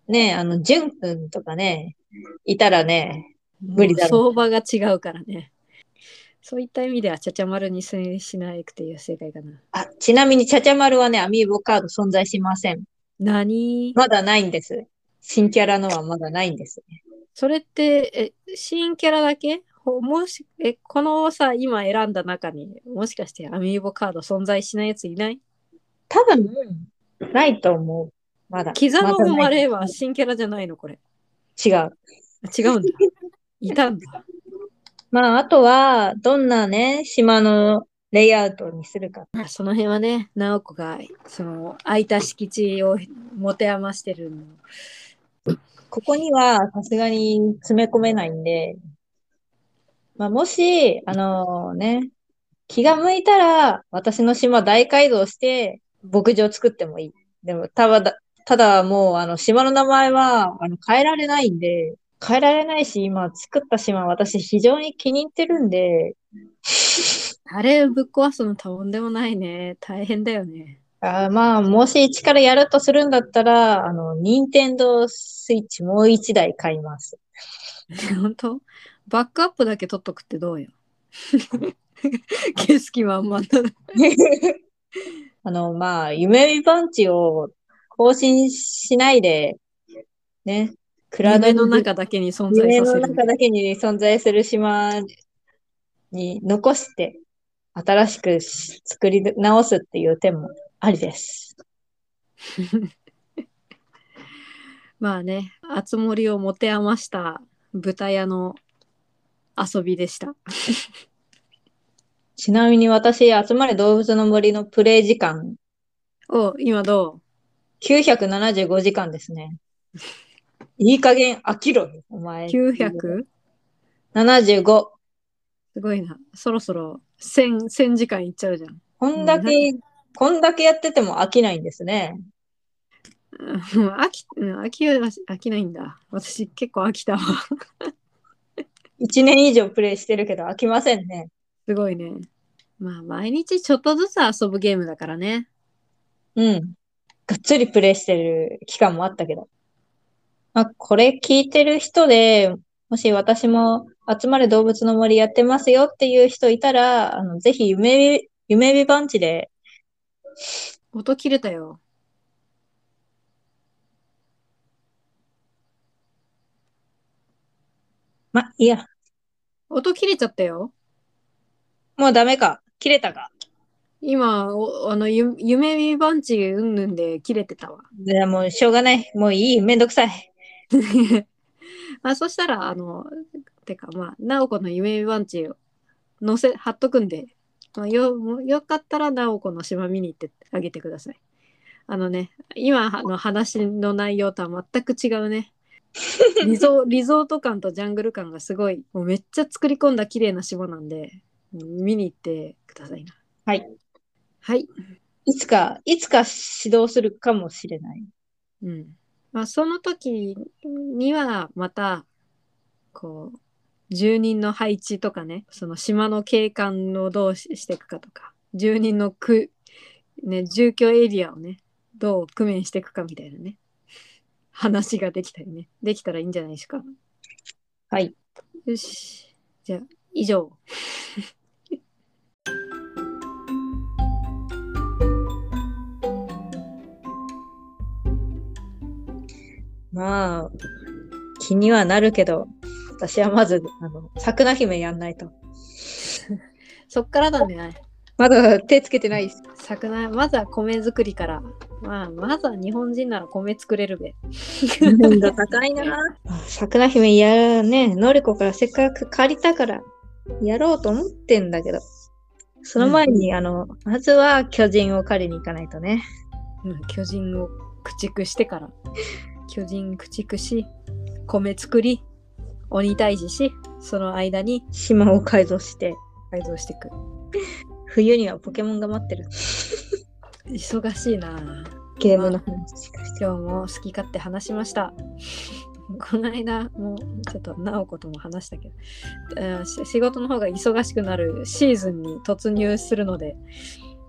ね、あの、ジュン君とかね、いたらね、無理だろもう相場が違うからね。そういった意味ではちゃちゃ丸にしないくていう正解かな。あ、ちなみに、ちゃちゃまるはね、アミーボカード存在しません。何まだないんです。新キャラのはまだないんです。それって、え、新キャラだけほもし、え、このさ、今選んだ中に、もしかしてアミーボカード存在しないやついない多分、ないと思う。まだ。キザのまだ誉ないれは新キャラじゃないのこれ。 違う。違うんだ。いたんだ。まあ、あとは、どんなね、島のレイアウトにするか。まあその辺はね、直子がその空いた敷地を持て余してるの。ここにはさすがに詰め込めないんで、まあ、もし、あのね、気が向いたら、私の島大改造して、牧場作ってもいい。でも、ただ、ただもう、あの、島の名前は、あの、変えられないんで、変えられないし、今、作った島、私、非常に気に入ってるんで、あれぶっ壊すのとんでもないね。大変だよね。 あーまあ、もし一からやるとするんだったら、あの、任天堂スイッチもう一台買います。本当バックアップだけ取っとくってどう よ。景色はあんまあの、まあ、夢見番地を更新しないで、ね、クラウド夢にの中だけに存在夢さのせ中る。だけに存在する島に残して、新しくし作り直すっていう手もありです。まあね、あつ森を持て余した豚屋の遊びでした。ちなみに私、集まれ動物の森のプレイ時間、お今ど975時間ですね。いい加減飽きろ、お前。う ?900? 75。すごいな。そろそろ1000、1000時間いっちゃうじゃん。こんだけ、こんだけやってても飽きないんですね。うん 飽き、うん飽きは飽きないんだ。私結構飽きたわ。 1年以上プレイしてるけど飽きませんね。すごいね。まあ毎日ちょっとずつ遊ぶゲームだからね。うん。がっつりプレイしてる期間もあったけど。まあ、これ聞いてる人で、もし私も集まれ動物の森やってますよっていう人いたら、あのぜひ夢見、夢見番地で、音切れたよ。ま、いや、音切れちゃったよ。もうダメか。切れたか。今、おあの、ゆ夢見番地うんぬんで切れてたわ。じゃあもうしょうがない。もういい。めんどくさい。まあそしたら、あの、てかまあ、なおこの夢見番地を載せ、貼っとくんで、まあ、よ、もうよかったらなおこの島見に行ってあげてください。あのね、今の話の内容とは全く違 うね。リゾリゾート感とジャングル感がすごい、もうめっちゃ作り込んだ綺麗な島なんで、見に行ってくださいな。はい。はい。いつか、いつか指導するかもしれない。うんまあ、その時にはまたこう住人の配置とかねその島の景観をどうししていくかとか住人の区、ね、住居エリアをねどう工面していくかみたいなね話ができたりねできたらいいんじゃないですか。はい。よしじゃあ以上。まあ、気にはなるけど、私はまず、あの、桜姫やんないと。そっからだねまだ手つけてない です。桜まずは米作りから、まあ、まずは日本人なら米作れるべ。高いな。桜姫やらね、のりこからせっかく借りたから、やろうと思ってんだけど、その前に、あの、まずは巨人を借りに行かないとね。うん巨人を駆逐してから巨人駆逐し米作り鬼退治しその間に島を改造して、改造していく冬にはポケモンが待ってる。忙しいなゲームの話。今日も好き勝手話しました この間もちょっと直子とも話したけどうんし仕事の方が忙しくなるシーズンに突入するので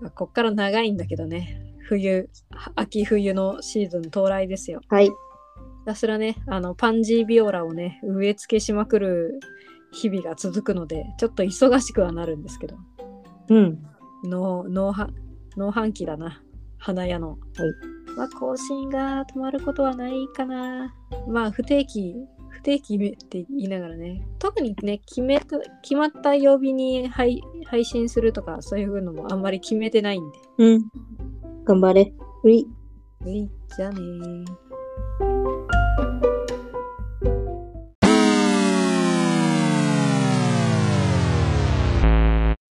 まあこっから長いんだけどね冬秋冬のシーズン到来ですよはい。ひたすらねあのパンジービオラをね植え付けしまくる日々が続くのでちょっと忙しくはなるんですけどうん。農農は農繁期だな花屋の、まあ更新が止まることはないかなまあ不定期不定期って言いながらね特にね決めた決まった曜日に配配信するとかそういうのもあんまり決めてないんでうん。頑張れ。ういはいじゃあねー